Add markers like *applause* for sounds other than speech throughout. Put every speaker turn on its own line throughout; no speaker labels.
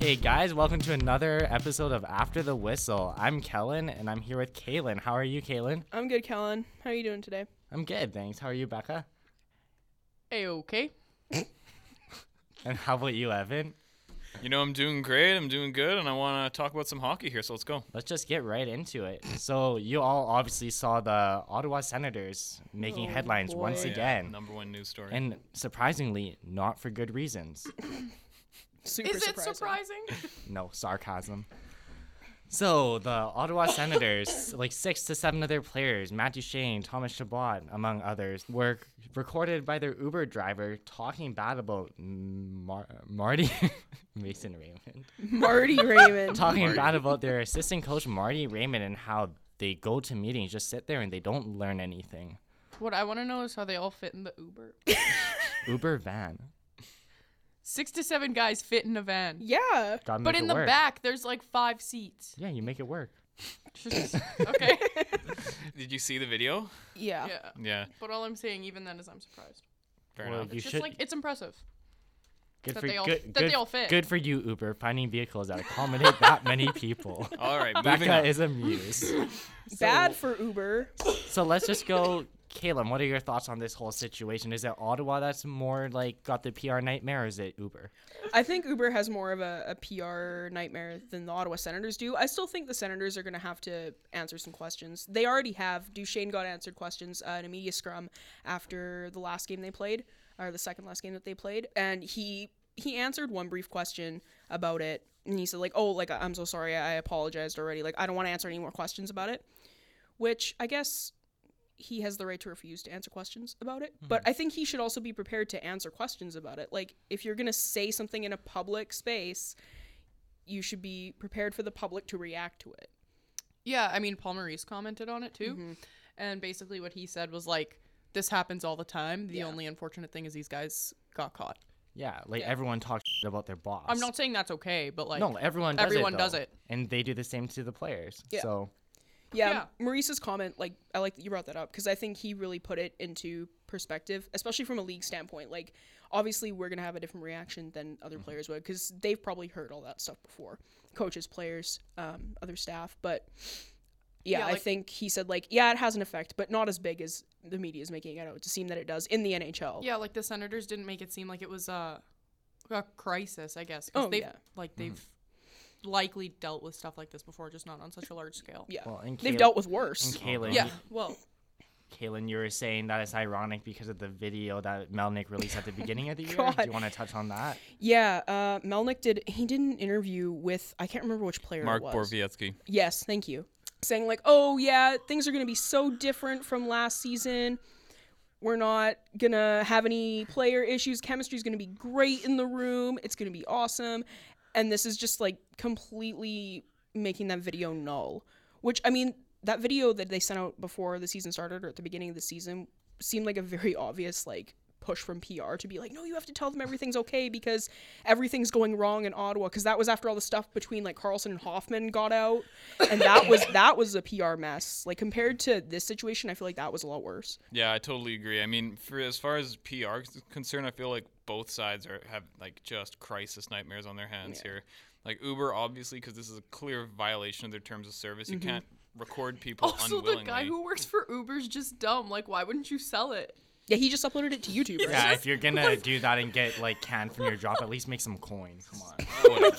Hey guys, welcome to another episode of After the Whistle. I'm Kellen and I'm here with Kaylin. How are you, Kaylin?
I'm good, Kellen. How are you doing today?
I'm good, thanks. How are you, Becca?
A okay.
And how about you, Evan?
You know, I'm doing great. I'm doing good, and I want to talk about some hockey here. So let's go.
Let's just get right into it. So, you all obviously saw the Ottawa Senators making
Oh,
headlines
boy.
once
Yeah,
again,
number one news story.
and surprisingly, not for good reasons.
Super
Is it surprising?
No sarcasm. So the Ottawa Senators, *laughs* like six to seven of their players, Matt Duchene, Thomas Chabot, among others, were c- recorded by their Uber driver talking bad about Mar- Marty *laughs* Mason
*laughs*
Raymond,
Marty Raymond.
talking bad about their assistant coach Marty Raymond and how they go to meetings, just sit there and they don't learn anything.
*laughs* what I want to know is how they all fit in the Uber.
Uber van
Six to seven guys fit in a van.
yeah.
got
But in the
work.
back, there's like five seats.
Yeah, you make it work.
Just- *laughs* okay.
Did you see the video?
Yeah.
Yeah.
Yeah,
But all I'm saying, even then, is I'm surprised.
fair
Well,
enough.
you
Just
should.
like it's impressive.
good
that
for
they all-
good,
that they
good-
all fit.
Good for you, Uber, finding vehicles that accommodate that many
*laughs*
people.
All right, moving
Becca
on.
is amused.
Bad for Uber.
so let's just go, Caleb. What are your thoughts on this whole situation? Is it Ottawa that's more like got the PR nightmare, or is it Uber?
I think Uber has more of a, a PR nightmare than the Ottawa Senators do. I still think the Senators are going to have to answer some questions. They already have. Duchesne got answered questions uh, in a media scrum after the last game they played, or the second last game that they played, and he he answered one brief question about it, and he said like, "Oh, like I'm so sorry, I apologized already. Like I don't want to answer any more questions about it," which I guess he has the right to refuse to answer questions about it. But I think he should also be prepared to answer questions about it. Like, if you're going to say something in a public space, you should be prepared for the public to react to it.
Yeah, I mean, Paul Maurice commented on it too. And basically, what he said was like, this happens all the time. The
Yeah.
only unfortunate thing is these guys got caught.
Yeah, like
Yeah.
everyone talks shit about their boss.
I'm not saying that's okay, but like,
no, everyone. Does
everyone
it,
does
though,
it.
and they do the same to the players.
Yeah.
So
Yeah,
Yeah.
Maurice's comment, like, I like that you brought that up because I think he really put it into perspective, especially from a league standpoint. Like, obviously, we're going to have a different reaction than other
Mm-hmm.
players would because they've probably heard all that stuff before coaches, players, um, other staff. But yeah,
Yeah,
I
like-
think he said, like, yeah, it has an effect, but not as big as the media is making it out to seem that it does in the NHL.
Yeah, like the senators didn't make it seem like it was a, a crisis, I guess. 'cause
Oh,
they've,
yeah.
Like they've likely dealt with stuff like this before, just not on such a large scale.
Yeah.
well, and
they've
Caleb-
dealt with
and
worse.
Kaylin,
Yeah. Well,
Kaylin, you were saying that it's ironic because of the video that Melnick released at the beginning
*laughs*
of the year. Do
God.
you want to touch on that?
Yeah, uh, Melnick did. He did an interview with I can't remember which player.
Mark
it was.
Borvietsky.
Yes, thank you. Saying like, "Oh yeah, things are going to be so different from last season. We're not going to have any player issues. Chemistry's going to be great in the room. It's going to be awesome." And this is just like completely making that video null. Which I mean, that video that they sent out before the season started or at the beginning of the season seemed like a very obvious like push from PR to be like, no, you have to tell them everything's okay because everything's going wrong in Ottawa. Because that was after all the stuff between like Carlson and Hoffman got out, and that was that was a PR mess. Like compared to this situation, I feel like that was a lot worse.
Yeah, I totally agree. I mean, for as far as PR is concerned, I feel like both sides are have like just crisis nightmares on their hands here. Like Uber, obviously, because this is a clear violation of their terms of service. You can't record people
also the
unwillingly.
guy who works for Uber's just dumb. Like, why wouldn't you sell it?
Yeah, he just uploaded it to YouTube.
*laughs*
Right?
Yeah, if you're gonna do that and get like canned from your job, at least make some coins. Come on.
Whatever.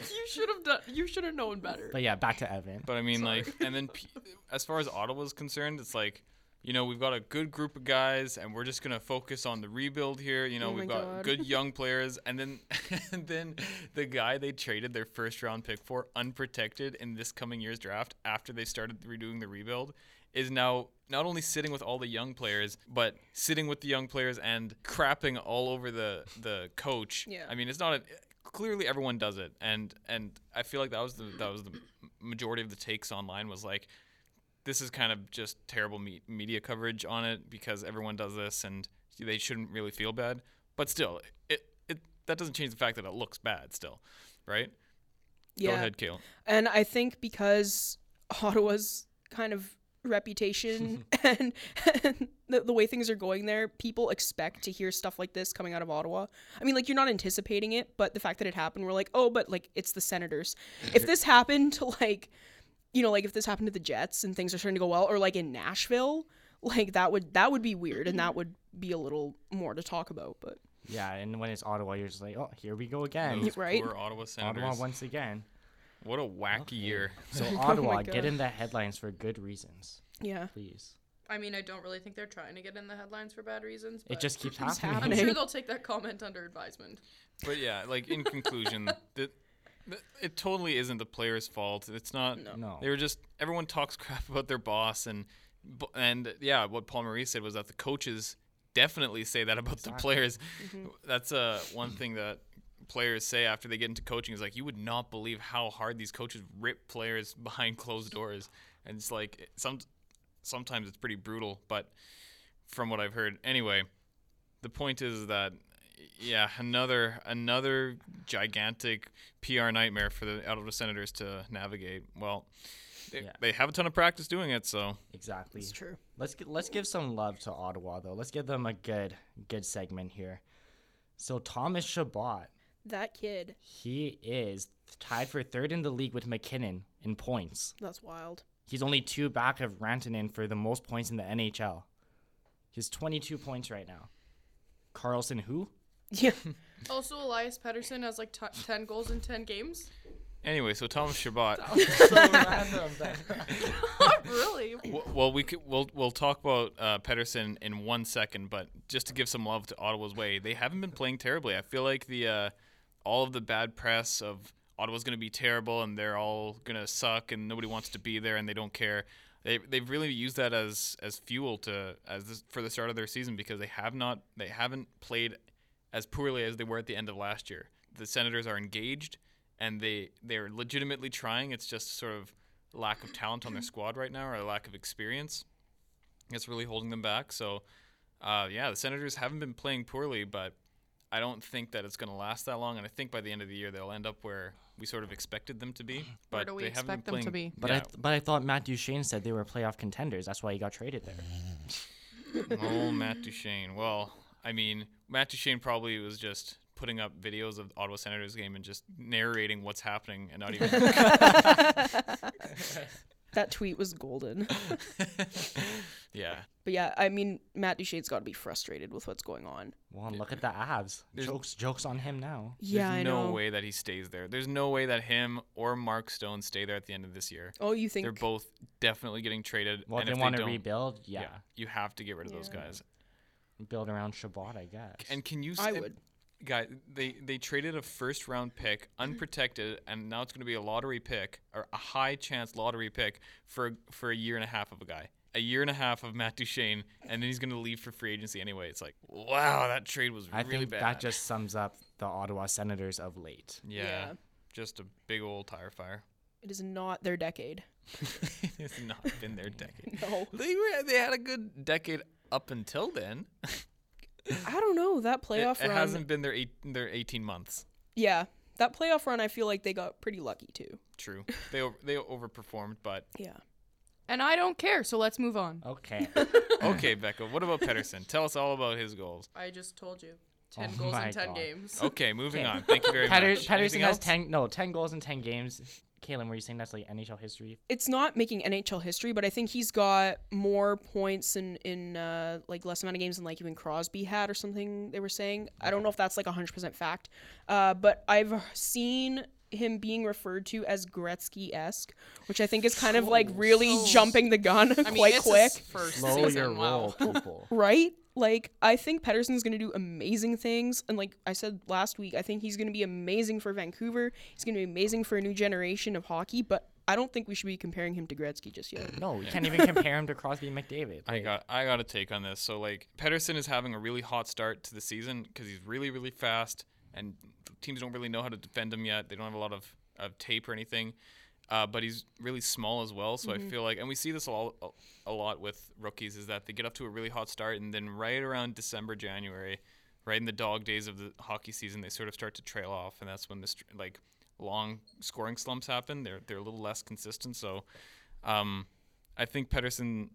you should have done. You should have known better.
But yeah, back to Evan.
But I mean, like, and then P- as far as Ottawa's concerned, it's like, you know, we've got a good group of guys, and we're just gonna focus on the rebuild here. You know,
Oh my
we've got
God. *laughs*
good young players, and then, *laughs* and then the guy they traded their first round pick for, unprotected in this coming year's draft, after they started redoing the rebuild, is now not only sitting with all the young players, but sitting with the young players and crapping all over the the coach.
Yeah.
I mean, it's not a clearly everyone does it, and and I feel like that was the that was the majority of the takes online was like, this is kind of just terrible me- media coverage on it because everyone does this and they shouldn't really feel bad. But still, it it that doesn't change the fact that it looks bad still, right?
*laughs* Yeah.
Go ahead, Kale.
And I think because Ottawa's kind of
*laughs*
reputation *laughs* and, and the, the way things are going there, people expect to hear stuff like this coming out of Ottawa. I mean, like, you're not anticipating it, but the fact that it happened, we're like, oh, but like, it's the Senators. if this happened to like, you know, like if this happened to the Jets and things are starting to go well, or like in Nashville, like that would that would be weird and that would be a little more to talk about. But
Yeah, and when it's Ottawa, you're just like, oh, here we go again.
*laughs*
Those
right?
Poor Ottawa Senators.
Ottawa once
*laughs*
again.
What a wacky year.
So
Oh
Ottawa,
God.
get in the headlines for good reasons,
yeah,
please.
I mean, I don't really think they're trying to get in the headlines for bad reasons.
It
but
just keeps
keeps
happening.
I'm
happening.
sure they'll take that comment under advisement.
But yeah, like in conclusion, the, the, it totally isn't the players' fault. It's not.
No.
They were just everyone talks *laughs* crap about their boss and bu- and yeah, what Paul Maurice said was that the coaches definitely say that about the players. That's uh, one thing that players say after they get into coaching is like you would not believe how hard these coaches rip players *laughs* behind closed doors and it's like some sometimes it's pretty brutal but from what i've heard anyway the point is that yeah another another gigantic pr nightmare for the Ottawa senators to navigate well they,
Yeah.
they have a ton of practice doing it so
*laughs* Exactly.
it's true.
Let's gi- let's give some love to Ottawa though. Let's give them a good good segment here. So Thomas Shabbat,
That kid,
he is tied for third in the league with McKinnon in points.
that's wild.
He's only two back of Rantanen for the most points in the NHL. He's 22 points right now. Carlson who?
Yeah,
Also, Elias Pettersson has like t- 10 goals in 10 games. *laughs*
anyway so thomas shabbat
so random.
Not really.
W- Well, we could, we'll we'll talk about uh, Pedersen in one second, but just to give some love to Ottawa's way, they haven't been playing terribly. I feel like the uh, all of the bad press of Ottawa's going to be terrible and they're all going to suck and nobody wants to be there and they don't care. They they've really used that as as fuel to as this, for the start of their season because they have not they haven't played as poorly as they were at the end of last year. The Senators are engaged and they they're legitimately trying. It's just sort of lack of talent
Mm-hmm.
on their squad right now or a lack of experience that's really holding them back. So uh, yeah, the Senators haven't been playing poorly, but I don't think that it's going to last that long. And I think by the end of the year they'll end up where we sort of expected them to be. But
do we
they haven't been
expect them to
playing-
be?
But I
yeah.
th- but I thought Matt Duchene said they were playoff contenders. That's why he got traded there.
*laughs*
oh, Matt Duchene. Well, I mean, Matt Duchene probably was just putting up videos of the Ottawa Senators game and just narrating what's happening and not
*laughs*
even. *laughs*
that tweet was golden.
*laughs* yeah.
But yeah, I mean, Matt Duchene's got to be frustrated with what's going on.
Well, and look at the abs. Jokes jokes on him now.
yeah,
There's
I
no
know.
way that he stays there. There's no way that him or Mark Stone stay there at the end of this year.
Oh, you think
They're both definitely getting traded.
Well,
and
if
if
they want to
don't-
rebuild, yeah,
you have to get rid of those guys.
build around Shabbat, I guess.
And can you? s-
I
and-
would.
Guy, they they traded a first
*clears throat*
round pick, unprotected, and now it's going to be a lottery pick or a high chance lottery pick for for a year and a half of a guy, a year and a half of Matt Duchene, and then he's going to leave for free agency anyway. It's like, wow, that trade was
I
really
think
bad.
that just sums up the Ottawa Senators of late.
yeah,
Yeah.
just a big old tire fire.
it is not their
*laughs*
decade?
it's not been their decade.
No,
*laughs* They were they had a good decade up until then.
I don't know that
It,
playoff
it
run.
hasn't been their eight, their eighteen months.
Yeah, that playoff run, I feel like they got pretty lucky too.
True, they over, they overperformed, *laughs* but
Yeah.
And I don't care, so let's move on.
*laughs*
Okay.
okay, Becca. What about Pedersen? Tell us all about his goals.
I just told you 10
Oh
goals
my
in 10
God.
games.
Okay, moving
Okay.
on. Thank you very
Peder-
much.
Pedersen
Anything
has
else?
ten no ten goals in ten games. Kalen, were you saying that's like NHL
*laughs*
history?
It's not making NHL history, but I think he's got more points in in uh, like less amount of games than like even Crosby had or something. They were saying I don't know if that's like hundred percent fact, uh, but I've seen him being referred to as Gretzky esque, which I think is kind of like really jumping the gun *laughs*
I mean,
quite
it's
quick.
his first
Slow
season.
your
wow.
roll,
*laughs*
people.
Right? Like, I think Pedersen's going to do amazing things. And like I said last week, I think he's going to be amazing for Vancouver. He's going to be amazing for a new generation of hockey. But I don't think we should be comparing him to Gretzky just yet.
No, you can't even compare him to Crosby and McDavid.
I got I got a take on this. So like Pedersen is having a really hot start to the season because he's really really fast and teams don't really know how to defend him yet. They don't have a lot of, of tape or anything. Uh, but he's really small as well, so I feel like, and we see this a lot, a lot with rookies, is that they get up to a really hot start, and then right around December, January, right in the dog days of the hockey season, they sort of start to trail off, and that's when this like long scoring slumps happen. They're they're a little less consistent, so um, I think Pedersen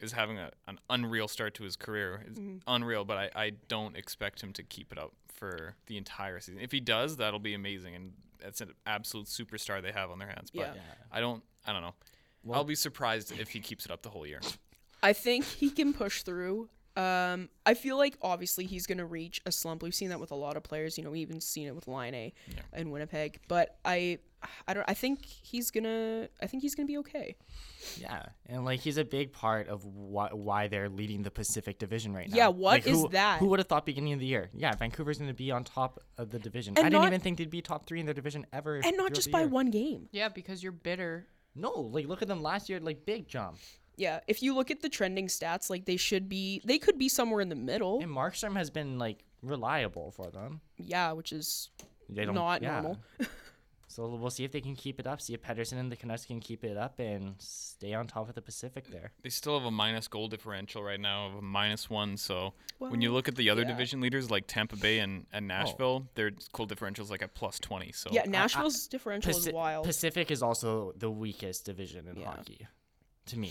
is having a, an unreal start to his career. It's
Mm-hmm.
unreal, but I, I don't expect him to keep it up for the entire season. If he does, that'll be amazing, and that's an absolute superstar they have on their hands. But
Yeah. Yeah.
I don't I don't know. I'll be surprised if he keeps it up the whole year.
I think he can push through. Um, I feel like obviously he's going to reach a slump. We've seen that with a lot of players. You know, we even seen it with Line A in Winnipeg. But I, I don't. I think he's gonna. I think he's gonna be okay.
Yeah, and like he's a big part of why why they're leading the Pacific Division right now.
Yeah, what
Like, who-
is that?
Who would have thought beginning of the year? Yeah, Vancouver's going to be on top of the division.
And
I didn't
not-
even think they'd be top three in their division ever.
And
throughout
not just
the
by
year.
one game.
Yeah, because you're bitter.
No, like look at them last year, like big jump.
Yeah. If you look at the trending stats, like they should be. They could be somewhere in the middle.
And Markstrom has been like reliable for them.
Yeah, which is
They don't
not
yeah.
normal.
So we'll see if they can keep it up. See if Pedersen and the Canucks can keep it up and stay on top of the Pacific there.
They still have a minus goal differential right now of a minus one. So when you look at the other division leaders like Tampa Bay and, and Nashville, their goal differential is like at plus twenty.
Oh,
So
Yeah, Nashville's differential is
Paci-
wild.
Pacific is also the weakest division in
Yeah.
hockey, to me.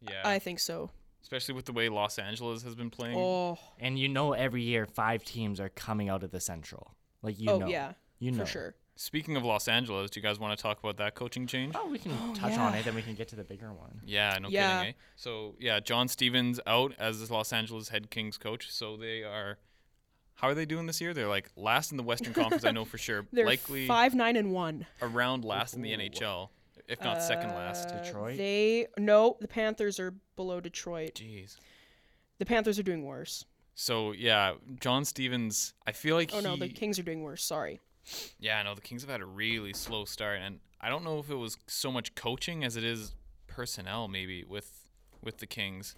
yeah.
I think so.
especially with the way Los Angeles has been playing.
Oh,
And you know, every year five teams are coming out of the Central. Like you
oh
know,
yeah,
you know
for sure.
Speaking of Los Angeles, do you guys want to talk about that coaching change?
Oh, we can touch on
yeah.
it, then we can get to the bigger one.
Yeah, no
Yeah.
kidding. Eh? So yeah, John Stevens out as this Los Angeles head Kings coach. So they are. How are they doing this year? They're like last in the
*laughs*
Western Conference, I know for sure.
They're
Likely
five, nine, and one.
around last in the NHL, if not second last.
Uh,
Detroit?
They no, the Panthers are below Detroit.
Jeez.
The Panthers are doing worse.
So yeah, John Stevens. I feel like
Oh no, the
he-
Kings are doing worse. Sorry.
Yeah, no, the Kings have had a really slow start, and I don't know if it was so much coaching as it is personnel, maybe with with the Kings,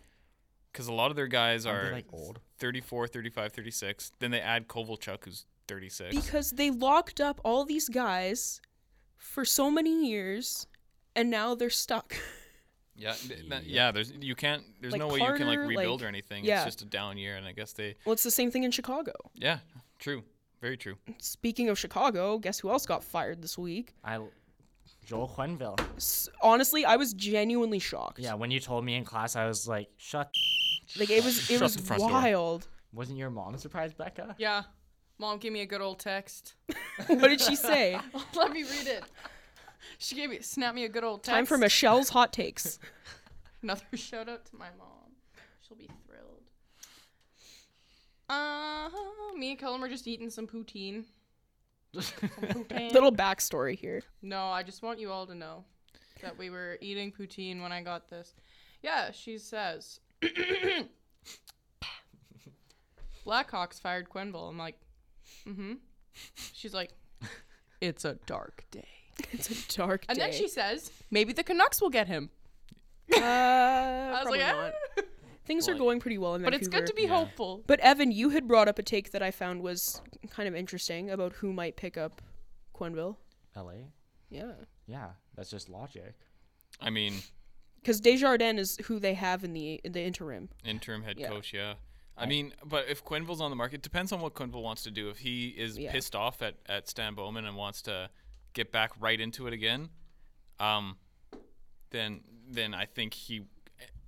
because a lot of their guys
Aren't they,
are
like, old?
34, 35, 36. Then they add Kovalchuk, who's 36.
Because they locked up all these guys for so many years, and now they're stuck. *laughs*
yeah, th- th- yeah. There's you can't. There's
Like
no way you can like
Carter,
rebuild
like-
or anything.
yeah.
It's just a down year, and I guess they.
well, it's the same thing in Chicago.
Yeah, true. Very true.
Speaking of Chicago, guess who else got fired this week?
I, Joel Quenville.
S- honestly, I was genuinely shocked.
Yeah, when you told me in class, I was like, "Shut."
Like it was, it
Shut
was
the front door.
wild. *laughs*
Wasn't your mom surprised, Becca?
Yeah. Mom gave me a good old *laughs* text.
what did she *laughs* say?
Let me read it. She gave me snapped me a good old text.
Time for Michelle's hot *laughs* takes.
Another *laughs* shout out to my mom. She'll be thrilled. Uh, me and Kellum are just eating some poutine. Some poutine.
Little backstory here.
No, I just want you all to know that we were eating poutine when I got this. Yeah, she says. *coughs* Blackhawks fired Quenville. I'm like, mm hmm. She's like, it's a dark day.
It's a dark
And
day.
then she says, maybe the Canucks will get him.
uh, I
I was like, "Ah."
*laughs* Things are going pretty well in
but
Vancouver.
it's good to be hopeful.
But Evan, you had brought up a take that I found was kind of interesting about who might pick up Quenville.
L.A.
Yeah.
Yeah, that's just logic.
I mean,
Because Desjardins is who they have in the in the interim.
interim head
Yeah.
coach. Yeah. I mean, but if Quenville's on the market, depends on what Quenville wants to do. If he is
Yeah.
pissed off at, at Stan Bowman and wants to get back right into it again, um, then then I think he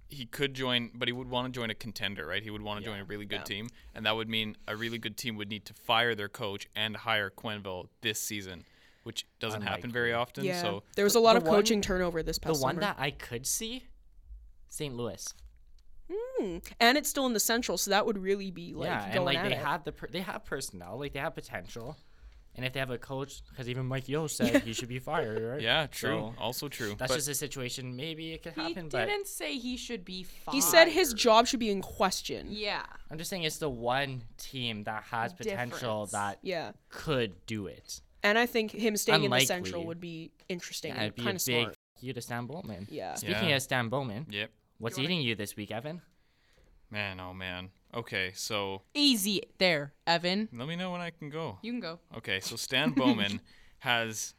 he could join, but he would want to join a contender, right? He would want to join a really good team, and that would mean a really good team would need to fire their coach and hire Quenville this season, which doesn't happen very often.
Yeah.
So
there was a lot
the
of
one-
coaching turnover this
The
past
one
summer.
that I could see, St. Louis.
Hmm. and it's still in the central, so that would really be like
yeah,
going
and like
at
they
it.
have the per- they have personnel, like they have potential, and if they have a coach, because even Mike Yo said he should be fired, right?
*laughs* yeah, true.
So,
also true.
that's
But-
just a situation. Maybe it could
He
happen, but
didn't say he should be fired.
he said his job should be in question.
Yeah.
I'm just saying it's the one team that has potential
Difference.
that
Yeah.
could do it.
And I think him staying in the central
Unlikely.
would be interesting.
Yeah, it'd be a
kind
big
of smart.
f- you to Stan Bowman.
Yeah.
Speaking
Yeah.
of Stan Bowman,
yep.
what's eating you this week, Evan?
Man, oh man. Okay, so
Easy there, Evan.
let me know when I can go.
You can go.
Okay, so Stan Bowman has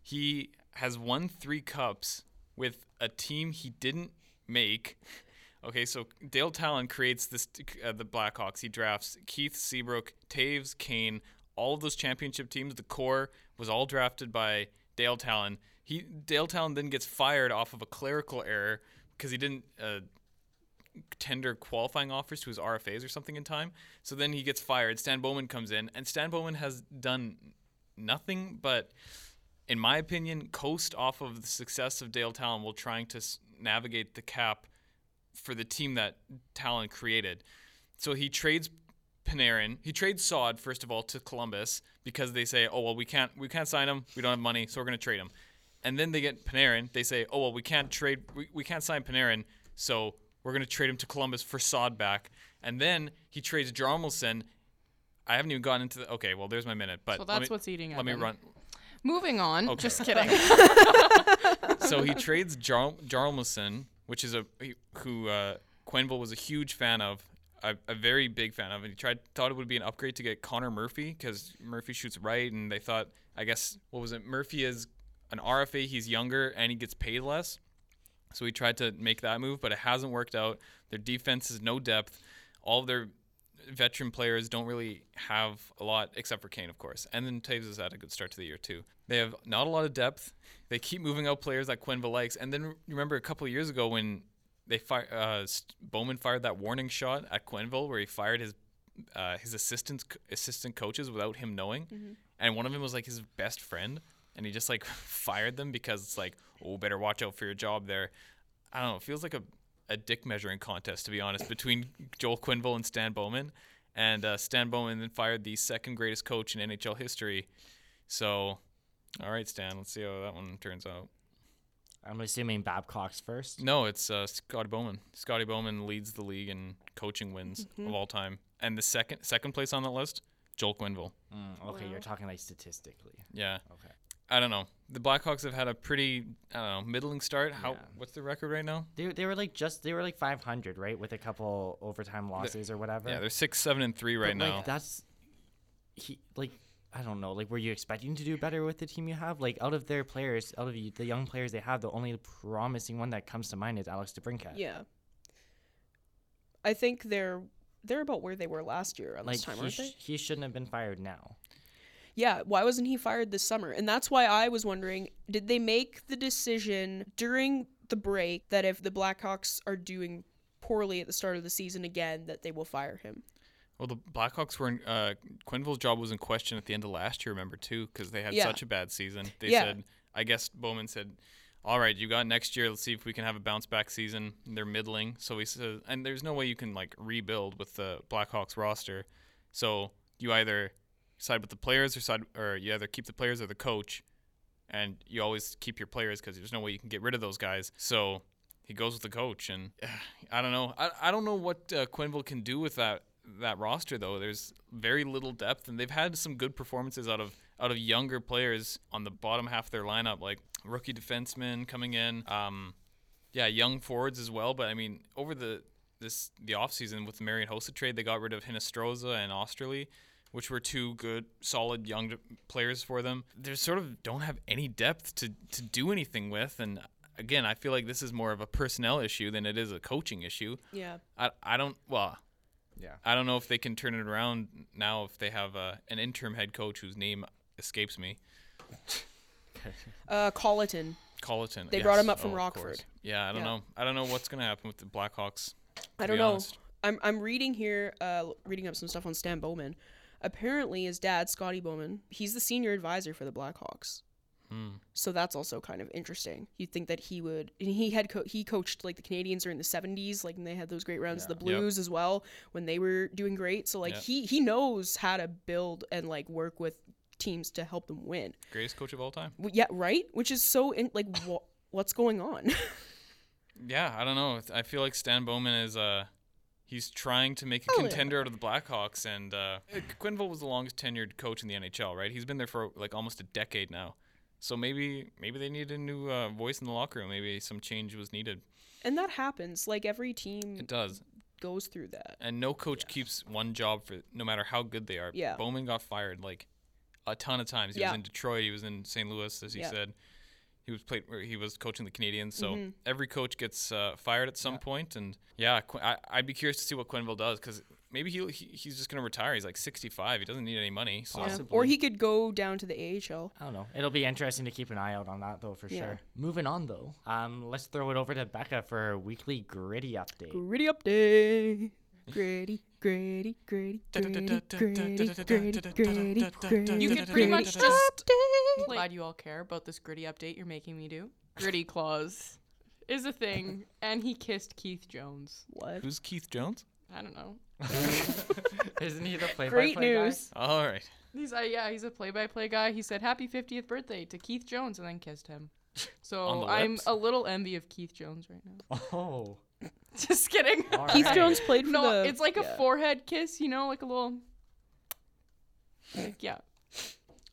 he has won three cups with a team he didn't make. Okay, so Dale Talon creates this uh, the Blackhawks. He drafts Keith Seabrook, Taves, Kane. All of those championship teams, the core was all drafted by Dale Talon. He He Dale Town then gets fired off of a clerical error because he didn't uh, tender qualifying offers to his RFAs or something in time. So then he gets fired. Stan Bowman comes in, and Stan Bowman has done nothing but, in my opinion, coast off of the success of Dale Talon while trying to s- navigate the cap for the team that Talon created. So he trades Panarin. He trades Sod first of all to Columbus because they say, "Oh well, we can't we can't sign him. We don't have money, so we're going to trade him." And then they get Panarin. They say, "Oh well, we can't trade we, we can't sign Panarin, so we're going to trade him to Columbus for Sod back." And then he trades Jarmelson. I haven't even gotten into the okay. Well, there's my minute, but
So
let
that's
me-
what's eating
Let me
at them.
run.
Moving on.
Okay.
Just kidding.
so he trades Jarl- Jarlmason, which is a he- who uh, Quenville was a huge fan of, a, a very big fan of, and he tried thought it would be an upgrade to get Connor Murphy because Murphy shoots right, and they thought I guess what was it? Murphy is an RFA, he's younger, and he gets paid less. So he tried to make that move, but it hasn't worked out. Their defense is no depth. All of their veteran players don't really have a lot, except for Kane, of course. And then Taves has had a good start to the year, too. They have not a lot of depth. They keep moving out players like Quenville likes. And then remember a couple of years ago when they fire, uh, St- Bowman fired that warning shot at Quenville where he fired his uh, his assistant assistant coaches without him knowing, and one of them was like his best friend, and he just like *laughs* fired them because it's like, oh, better watch out for your job there. I don't know. It feels like a a dick measuring contest to be honest between Joel Quinville and Stan Bowman, and uh, Stan Bowman then fired the second greatest coach in NHL history. So, all right, Stan, let's see how that one turns out.
I'm assuming Babcock's first.
No, it's uh, Scotty Bowman. Scotty Bowman leads the league in coaching wins of all time, and the second second place on that list, Joel Quinville.
Mm, okay, you're talking like statistically.
Yeah.
Okay.
I don't know. The Blackhawks have had a pretty, I don't know, middling start. How?
Yeah.
What's the record right now?
They, they were like just they were like 500 right with a couple overtime losses or whatever.
Yeah, they're six, seven, and three right
But,
now.
Like, that's he like I don't know. Like, were you expecting to do better with the team you have? Like, out of their players, out of y- the young players they have, the only promising one that comes to mind is Alex DeBrincat.
Yeah. I think they're they're about where they were last year around
Like,
this time,
he,
aren't
sh-
they?
he shouldn't have been fired now.
Yeah. Why wasn't he fired this summer? And that's why I was wondering: Did they make the decision during the break that if the Blackhawks are doing poorly at the start of the season again, that they will fire him?
well, the Blackhawks were in, uh, Quinville's job was in question at the end of last year. Remember too, because they had
Yeah.
such a bad season. They
Yeah.
said, I guess Bowman said, "All right, you got next year. Let's see if we can have a bounce back season." And they're middling, so we said, and there's no way you can like rebuild with the Blackhawks roster. So you either side with the players or side, or you either keep the players or the coach. and you always keep your players because there's no way you can get rid of those guys. So he goes with the coach, and I don't know. I, I don't know what uh, Quinville can do with that that roster though. There's very little depth, and they've had some good performances out of out of younger players on the bottom half of their lineup, like rookie defensemen coming in. Um, yeah, young forwards as well. But I mean, over the this the offseason with the Marion Hossa trade, they got rid of Hinestroza and Osterley, which were two good, solid young d- players for them. They sort of don't have any depth to to do anything with, and again, I feel like this is more of a personnel issue than it is a coaching issue.
Yeah.
I I don't well.
Yeah.
I don't know if they can turn it around now if they have uh, an interim head coach whose name escapes me.
Uh, Colleton.
Colleton.
They brought him
yes.
up from
Oh, of
Rockford.
course. Yeah, I don't
Yeah.
know. I don't know what's going to happen with the Blackhawks.
I
to
don't
be
know.
honest.
I'm I'm reading here, uh, reading up some stuff on Stan Bowman. Apparently, his dad, Scotty Bowman, he's the senior advisor for the Blackhawks.
Hmm.
So that's also kind of interesting. You'd think that he would. And he had co- he coached like the Canadians during the '70s, like and they had those great rounds. The Blues as well when they were doing great. So like
Yeah.
he he knows how to build and like work with teams to help them win.
Greatest coach of all time.
W- Yeah, right. Which is so in like wha- what's going on? *laughs*
Yeah, I don't know. It's- I feel like Stan Bowman is uh he's trying to make a contender out of the Blackhawks and uh Quinville was the longest tenured coach in the NHL, right? He's been there for like almost a decade now. So maybe maybe they need a new uh, voice in the locker room. Maybe some change was needed.
and that happens. Like every team
It does.
goes through that.
And no coach keeps one job for no matter how good they are.
Yeah.
Bowman got fired like a ton of times. He
Yeah.
was in Detroit. He was in St. Louis, as you
Yeah.
said. He was played. He was coaching the Canadians. So
Mm-hmm.
every coach gets uh, fired at some point. And yeah, Qu- I, I'd be curious to see what Quenville does because maybe he'll, he he's just gonna retire. He's like 65. He doesn't need any money. So
Possibly. Uh,
Or he could go down to the AHL.
I don't know. It'll be interesting to keep an eye out on that though, for
Yeah.
sure. Moving on though, um, let's throw it over to Becca for her weekly gritty update.
Gritty update. Gritty, gritty, gritty, gritty, gritty, gritty, gritty, gritty.
You could pretty much
gritty
just-
update.
glad you all care about this gritty update you're making me do. Gritty claws is a thing, and he kissed Keith Jones.
What?
who's Keith Jones?
I don't know.
*laughs* Isn't he the play-by-play
Great
guy?
news.
All right.
He's uh, yeah, he's a play-by-play guy. He said happy 50th birthday to Keith Jones and then
*laughs*
kissed him.
On
So
the
I'm
lips?
a little envy of Keith Jones right now.
*laughs*
*laughs*
Oh,
Just kidding.
all
Keith
right.
Jones played for
*laughs* No,
the.
it's like
yeah.
a forehead kiss, you know, like a little. Like, yeah.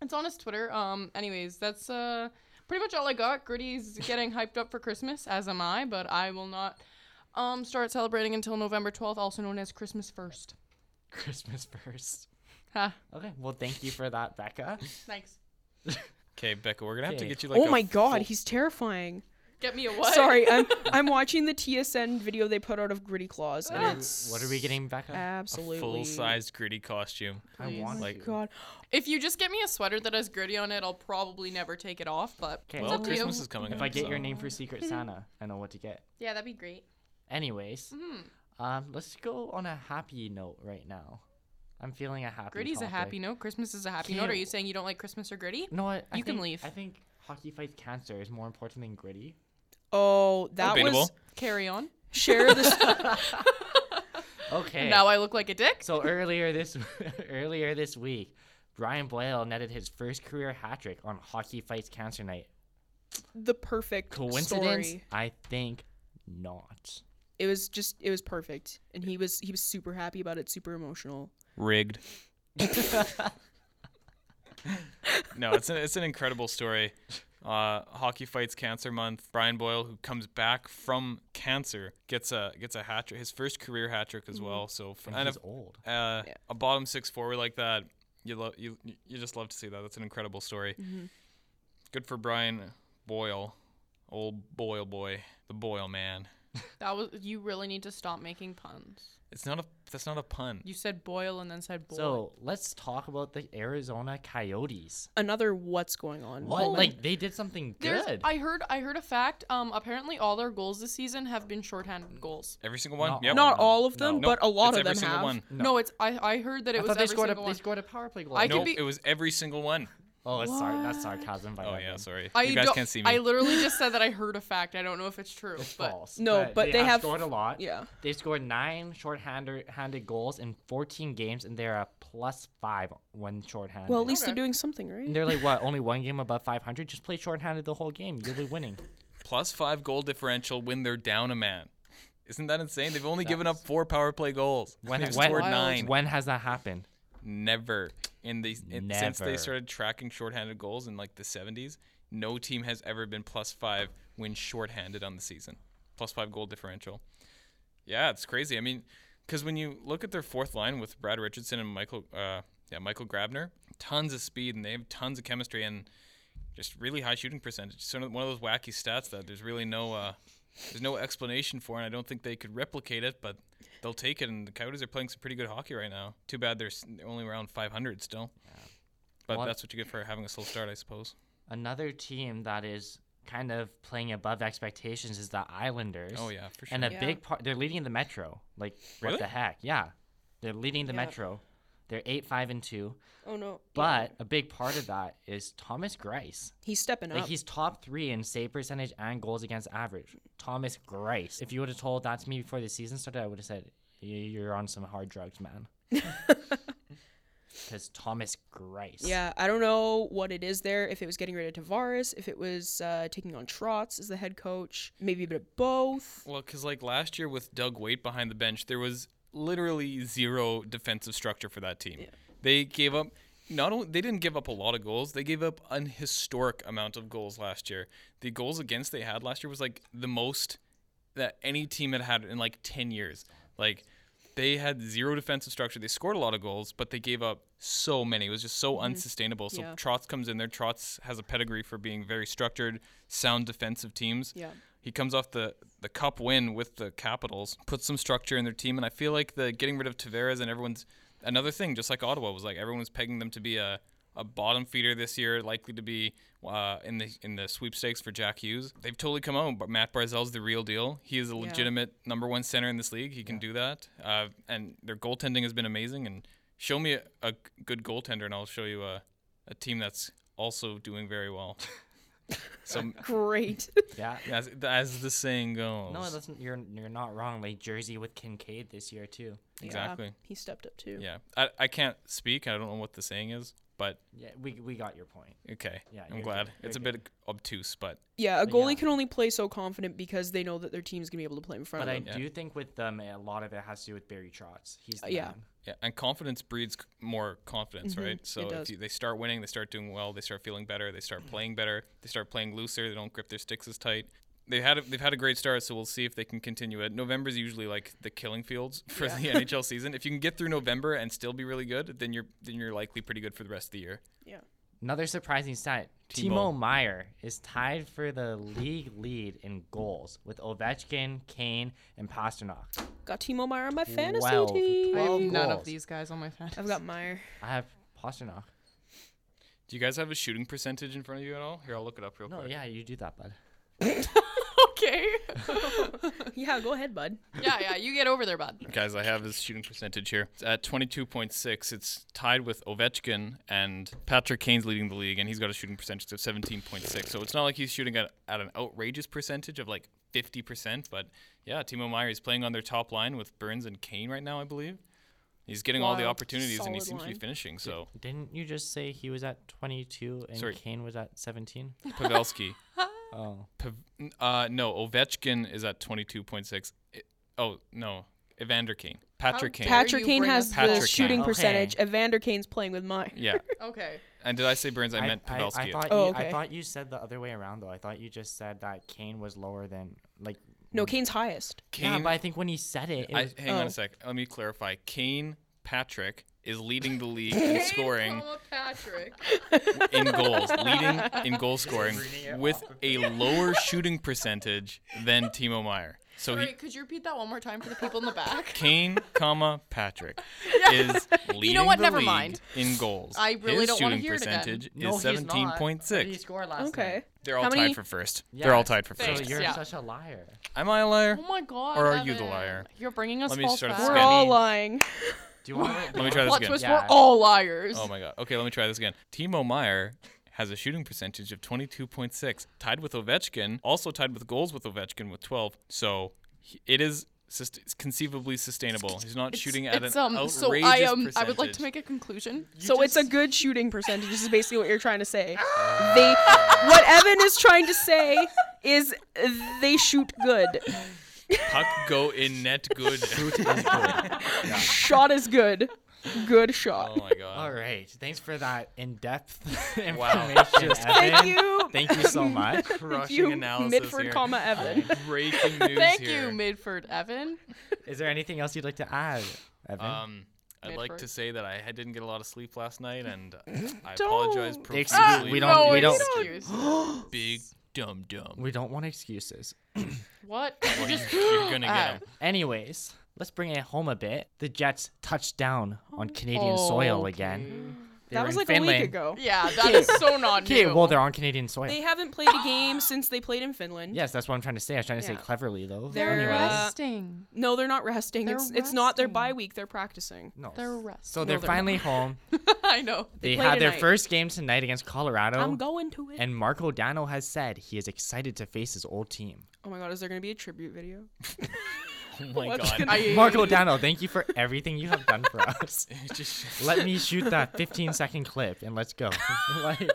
It's on his Twitter. Um. Anyways, that's uh pretty much all I got. Gritty's getting hyped up for Christmas, as am I, but I will not um start celebrating until November twelfth, also known as Christmas first.
Christmas first.
Ha.
Okay, well, thank you for that, Becca.
Thanks.
Okay, Becca, we're gonna have to
Okay.
get you like.
Oh
a
my god,
full-
he's terrifying.
Get me a what?
Sorry, I'm I'm watching the TSN video they put out of Gritty Claws, and *laughs* it's uh,
What are we getting, Becca?
absolutely Oh
full-sized gritty costume.
I
please.
want
Like-
you.
God,
*laughs* If you just get me a sweater that has gritty on it, I'll probably never take it off. But
Okay.
it's
Well,
up to you.
Christmas is coming.
If
up,
I get
so.
your name for Secret Santa, I know what to get.
Yeah, that'd be great.
Anyways,
Hmm.
um, let's go on a happy note right now. I'm feeling a happy.
Gritty's a
topic.
happy note. Christmas is a happy
Can't-
note. Are you saying you don't like Christmas or gritty?
No, I, I
You can
think-
leave.
I think hockey fights cancer is more important than gritty.
oh that was
Debatable.
Carry on.
share
*laughs*
the
*laughs* Okay.
Now I look like a dick.
So earlier this *laughs* earlier this week, Brian Boyle netted his first career hat trick on Hockey Fights Cancer Night.
the perfect
Coincidence?
Story.
I think not.
It was just it was perfect, and he was he was super happy about it, super emotional.
rigged. *laughs* no, it's an it's an incredible story. Uh, hockey fights cancer month. Brian Boyle, who comes back from cancer, gets a gets a hat trick, his first career hat trick
Mm-hmm.
as well. So f-
And
and
he's
a,
old.
uh, a bottom six forward like that, you love you you just love to see that. That's an incredible story.
Mm-hmm.
Good for Brian Boyle, old Boyle boy, the Boyle man.
That was you really need to stop making puns.
It's not a that's not a pun.
You said boil and then said boil.
So let's talk about the Arizona Coyotes.
Another what's going on?
What?
moment.
Like they did something
There's,
good.
I heard I heard a fact. Um, apparently all their goals this season have been shorthanded goals.
Every single one.
Not
Yep.
all.
not
no,
all of them,
no.
Nope.
but a lot
It's
of
every
them
single
have.
one.
No.
No, it's I I heard that it
I
was
thought they
every
scored a
single
they
one.
scored a power play goal.
I could
Nope,
be-
it was every single one.
oh, it's sar- that's sarcasm by
Oh
that
yeah,
one.
sorry.
I
you guys
don't-
can't see me.
I literally just said that I heard a fact. I don't know if it's true,
It's
but
false.
No, but they have-
scored a lot.
yeah.
They've scored nine shorthanded handed goals in 14 games, and they're a plus five when shorthanded.
Well, at least
Okay.
they're doing something right.
And they're like, what, only one game above 500? Just play shorthanded the whole game. You'll be winning.
Plus five goal differential when they're down a man. Isn't that insane? They've only given up four power play goals.
*laughs* When,
They've
when-
scored
Wild.
nine.
when has that happened?
Never in the in- since they
Never.
started tracking shorthanded goals in like the 70s, no team has ever been plus five when shorthanded on the season. Plus five goal differential. Yeah, it's crazy. I mean, because when you look at their fourth line with Brad Richardson and Michael, uh, yeah, Michael Grabner, tons of speed and they have tons of chemistry and just really high shooting percentage. Sort of one of those wacky stats that there's really no uh, there's no explanation for, and I don't think they could replicate it, but they'll take it. And the Coyotes are playing some pretty good hockey right now. Too bad they're s- they're only around 500 still. But
Well,
that's what you get for having a slow start, I suppose.
Another team that is kind of playing above expectations is the Islanders.
Oh yeah, for sure.
And a
Yeah.
big part, they're leading the Metro. Like,
Really?
what the heck? Yeah. They're leading the Metro. They're 8 5 and 2.
Oh no.
But a big part of that is Thomas Grice.
he's stepping
Like
up.
he's top three in save percentage and goals against average. Thomas Grice. If you would have told that to me before the season started, I would have said "Y- you're on some hard drugs, *laughs* man. Because Thomas Grice.
Yeah, I don't know what it is there. If it was getting rid of Tavares, if it was uh, taking on Trotz as the head coach, maybe a bit of both.
Well, because like last year with Doug Waite behind the bench, there was literally zero defensive structure for that team. They gave up. Not only they didn't give up a lot of goals, they gave up an historic amount of goals last year. The goals against they had last year was like the most that any team had had in like ten years. Like they had zero defensive structure. They scored a lot of goals, but they gave up so many. It was just so unsustainable. So
Mm-hmm. Yeah.
Trotz comes in there. Trotz has a pedigree for being very structured, sound defensive teams.
Yeah.
He comes off the, the cup win with the Capitals, puts some structure in their team, and I feel like the getting rid of Tavares and everyone's another thing, just like Ottawa was like everyone was pegging them to be a, a bottom feeder this year, likely to be uh, in the in the sweepstakes for Jack Hughes. They've totally come out, but Matt Barzell's the real deal. He is a legitimate number one center in this league. He can do that, uh, and their goaltending has been amazing. And show me a, a good goaltender, and I'll show you a, a team that's also doing very well.
*laughs*
so
Great.
Yeah.
as, as the saying goes,
No, that's, you're you're not wrong. Like Jersey with Kincaid this year too.
Exactly.
he stepped up too.
yeah. I, I can't speak. I don't know what the saying is, but
Yeah, we we got your point.
okay.
Yeah,
I'm
you're
glad.
good.
It's a
You're
bit obtuse, but
Yeah, a
But
goalie
yeah.
can only play so confident because they know that their team's gonna be able to play in front
But
of
I
them.
Yeah.
do think with them, a lot of it has to do with Barry Trotz. He's the
yeah.
man.
Yeah, and confidence breeds c- more confidence, right? So
does.
if you, they start winning, they start doing well, they start feeling better, they start playing better, they start playing looser, they don't grip their sticks as tight. They had a, they've had a great start, so we'll see if they can continue it. November's usually like the killing fields *laughs* for the NHL season. If you can get through November and still be really good, then you're then you're likely pretty good for the rest of the year.
yeah.
Another surprising stat: Timo.
Timo.
Meyer is tied for the league lead in goals with Ovechkin, Kane, and Pasternak.
Got Timo Meyer on my fantasy
Twelve.
team.
I have
Twelve
none of
goals.
these guys on
*laughs*
my fantasy.
I've got Meyer.
I have Pasternak.
Do you guys have a shooting percentage in front of you at all? Here, I'll look it up real
No,
quick.
yeah, you do that, bud.
okay.
*laughs*
*laughs*
Yeah, go ahead, bud.
yeah, yeah. You get over there, bud.
Guys, I have his shooting percentage here. It's at 22.6. It's tied with Ovechkin and Patrick Kane's leading the league, and he's got a shooting percentage of 17.6. So it's not like he's shooting at, at an outrageous percentage of like 50%. But yeah, Timo Meyer is playing on their top line with Burns and Kane right now, I believe. He's getting all the
Wow,
opportunities, and he
solid
seems to
line.
be
*laughs*
finishing. So
Didn't you just say he was at 22 and
Sorry.
Kane was at
*laughs*
17?
Pavelski.
Oh,
Pav- uh, no, Ovechkin is at 22.6. I- oh, no. Evander Kane. Patrick
Oh,
Kane.
dare
Patrick
you
Kane
bring
has
up
the
Patrick
shooting
Kane.
percentage. Evander Kane's playing with Meyer.
yeah.
Okay.
And did I say Burns? I, meant
I,
Pavelski.
I thought
Oh,
you,
okay.
I thought you said the other way around though. I thought you just said that Kane was lower than like.
No, Kane's highest.
Yeah,
Kane-
but I think when he said it, it
I,
was-
hang on
oh.
a sec. Let me clarify. Kane Patrick is leading the
*laughs*
league in scoring
Patrick.
in goals, leading in
*laughs*
goal scoring with a lower shooting percentage than Timo Meyer. So he,
Sorry, could you repeat that one more time for the people in
*laughs*
the back?
Kane,
*laughs*
comma Patrick is leading
what?
the
Never
league
mind.
in goals.
I really
His
don't wanna
shooting
hear it again.
percentage is
no, he's not.
seventeen point
What did He
six.
scored last
Okay.
night.
They're all
How many-
tied for first. They're all
Yeah.
tied for
So
first.
Thanks,
you're
yeah.
such a liar.
Am I a liar?
Oh my god.
Or are you the liar?
You're bringing us
Let me
false
start
facts.
this
We're
Kenny.
all lying.
Do you want
Let me try this
Plot
again.
twist,
Yeah.
we're all liars.
Oh my god. Okay, let me try this again. Timo Meyer has a shooting percentage of 22.6, tied with Ovechkin, also tied with goals with Ovechkin with 12. So he- it is sus- it's conceivably sustainable. He's not
It's-
shooting at
it's,
an
um,
outrageous
so I um
percentage.
I would like to make a conclusion.
so it's a good shooting percentage. This is basically what you're trying to say.
Ah!
they, what Evan is trying to say is they shoot good.
puck go in net *laughs* good.
Shot is good. Good shot.
oh my god.
All right. Thanks for that in-depth *laughs* information.
Wow.
Thank
Evan.
you.
Thank you
*laughs*
so much.
Crushing
you
analysis
Midford,
here.
comma Evan.
*laughs*
Breaking news
Thank
here.
you, Midford Evan.
Is there anything else you'd like to add, Evan?
Um I'd like
Midford.
to say that I had- didn't get a lot of sleep last night, and I
Don't.
apologize profusely.
Excuse- we don't-
no
we don't-
excuse.
Big dumb dumb.
we don't want excuses. *gasps*
what? You just
*gasps*
You're gonna get
Ah.
'em.
Anyways, let's bring it home a bit. The Jets touched down on Canadian soil again. They
Oh, That
were
was
in
like a
Finland.
week ago.
Yeah, that is so not
Okay,
new.
well they're on Canadian soil.
They haven't played a game since they played in Finland.
yes, that's what I'm trying to say. I was trying to
Yeah.
say cleverly though.
They're,
Anyways.
uh,
resting.
No, they're not resting.
They're
it's it's not their
resting.
bye week. They're *laughs* practicing.
no.
they're
So
resting.
they're,
No, they're *laughs*
finally home.
I know.
They,
play
had their
tonight.
first game tonight against Colorado.
I'm going to it.
and Marco Dano has said he is excited to face his old team.
oh my god, is there gonna be a tribute
*laughs*
video?
Oh my
What's
god. *laughs*
gonna-
I,
Marco Dano, thank you
*laughs*
for everything you have done for us.
Just-
Let me shoot that 15 second clip and let's go. *laughs* like,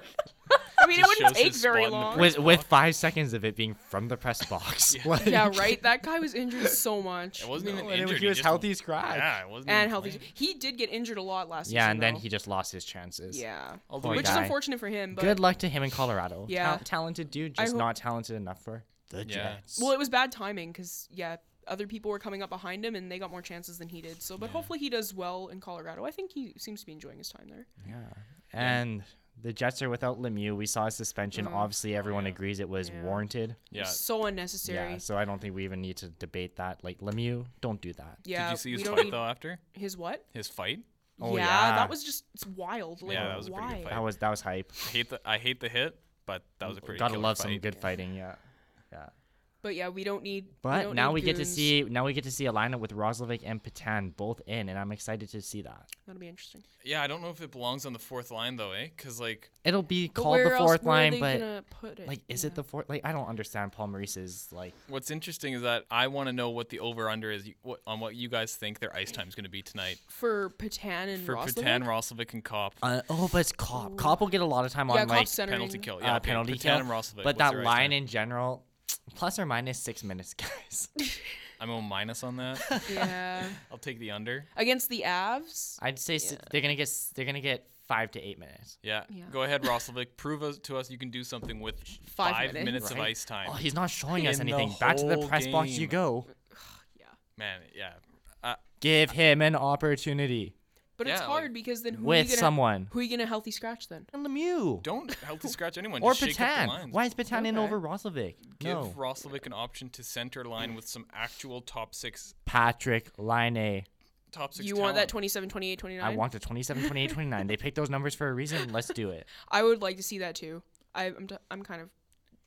I mean, it
Just
wouldn't
shows
take
his
very
spot in the
long.
with with five seconds of it being from the press box. *laughs* Like-
yeah, right. That guy was injured so much.
*laughs* It wasn't even
And it was-
injured.
he was
just-
healthy as crap.
Yeah, it wasn't.
And
even
healthy.
playing.
He did get injured a lot last
Yeah,
season.
and then
though.
he just lost his chances.
Yeah.
Although
Poor
he
Which is
guy.
unfortunate for him, but
Good luck to him in Colorado.
Yeah.
Tal- talented dude,
I
just
hope-
not talented enough for the
Yeah.
Jets.
well, it was bad timing because yeah, other people were coming up behind him and they got more chances than he did. So, but hopefully he does well in Colorado. I think he seems to be enjoying his time there.
yeah. And The Jets are without Lemieux. We saw his suspension.
Mhm.
Obviously, everyone
yeah.
agrees it was
Yeah.
warranted.
Yeah.
So unnecessary.
Yeah, so I don't think we even need to debate that. Like Lemieux, don't do that.
Yeah,
Did you see his
we don't
fight
need-
though after?
His what?
His fight?
Oh,
yeah,
yeah.
that was just it's wild. Like,
Yeah, that was a pretty
why?
good fight.
That was that was hype.
I hate the I hate the hit, but that was a pretty
Gotta
killer
love
fight.
some good fighting. Yeah, yeah.
But yeah, we don't need. we
But
don't
now
need
we get to
goons.
see now we get to see a lineup with Roslovic and Patan both in, and I'm excited to see that.
That'll be interesting.
Yeah, I don't know if it belongs on the fourth line though, eh? Because like
It'll be
But
called
where
the
else
fourth
were
line,
they
but
gonna put it?
like, is
Yeah.
it the fourth? Like, I don't understand Paul Maurice's like.
what's interesting is that I want to know what the over under is you- what, on what you guys think their ice time's going to be tonight
for Patan and
for
Roslovic?
Patan, Roslovic, and Cop.
Uh, oh, but it's Cop. Cop will get a lot of time
yeah,
on like
Kop's centering.
Penalty kill.
uh,
Yeah, okay,
penalty
Patan
kill.
and Roslovic.
but
what's
that
their ice
line
time?
in general, plus or minus six minutes,
*laughs*
guys.
I'm a minus on that. *laughs*
Yeah,
I'll take the under.
against the Avs.
I'd say si- they're gonna get s- they're gonna get five to eight minutes.
Yeah.
Yeah.
Go ahead, Roslovic. Prove us, to us you can do something with
Five
five,
minutes.
minutes, of
Right.
ice time.
Oh, he's not showing us
In the
anything. Back to the
whole
press box you
game.
go.
Man, yeah.
Give him an opportunity
But it's
Yeah, like-
hard because then who
with
are you gonna,
someone.
Who are you gonna healthy scratch then?
And Lemieux
Don't healthy scratch anyone.
or
Just shake up the
Patan.
lines.
Why is Patan in
Okay.
over Roslovic?
Give
no,
Roslovic an option to center line with some actual top six,
Patrick Line.
top six.
you want that
talent.
27, 28, 29?
I want the 27, 28, 29. They picked those numbers for a reason. Let's do it.
I would like to see that too. I, I'm, d- I'm kind of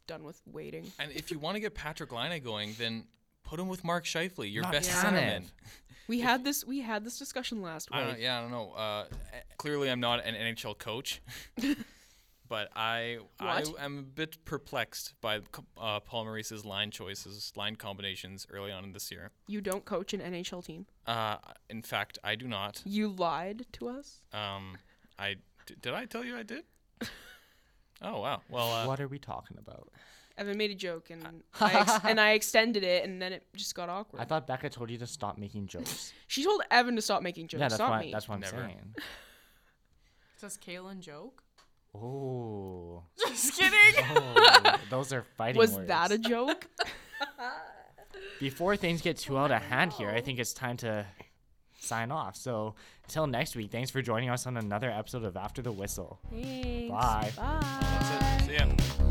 done with waiting.
And if you want to get Patrick Line going, then put him with Mark Shifley, your
Not
best
Tanev.
centerman.
We had this we had this discussion last
I
week.
don't, yeah, I don't know. Uh, eh, clearly, I'm not an NHL coach, but I
What?
I am a bit perplexed by c- uh, Paul Maurice's line choices, line combinations early on in this year.
You don't coach an NHL team.
Uh, in fact, I do not.
You lied to us.
Um, I d- did I tell you I did. Oh wow. Well, uh,
what are we talking about?
Evan made a joke and
*laughs*
I ex- and I extended it and then it just got awkward.
I thought Becca told you to stop making
*laughs*
jokes.
she told Evan to stop making jokes,
yeah, that's
not
why.
me.
That's what I'm
Never.
saying.
Does Kalen joke?
*laughs* Oh,
Just kidding.
Oh, those
*laughs*
are fighting
Was
words.
that a joke?
Before things get too out of hand here, I think it's time to sign off. So, until next week, thanks for joining us on another episode of After the Whistle. Bye.
that's it. See ya.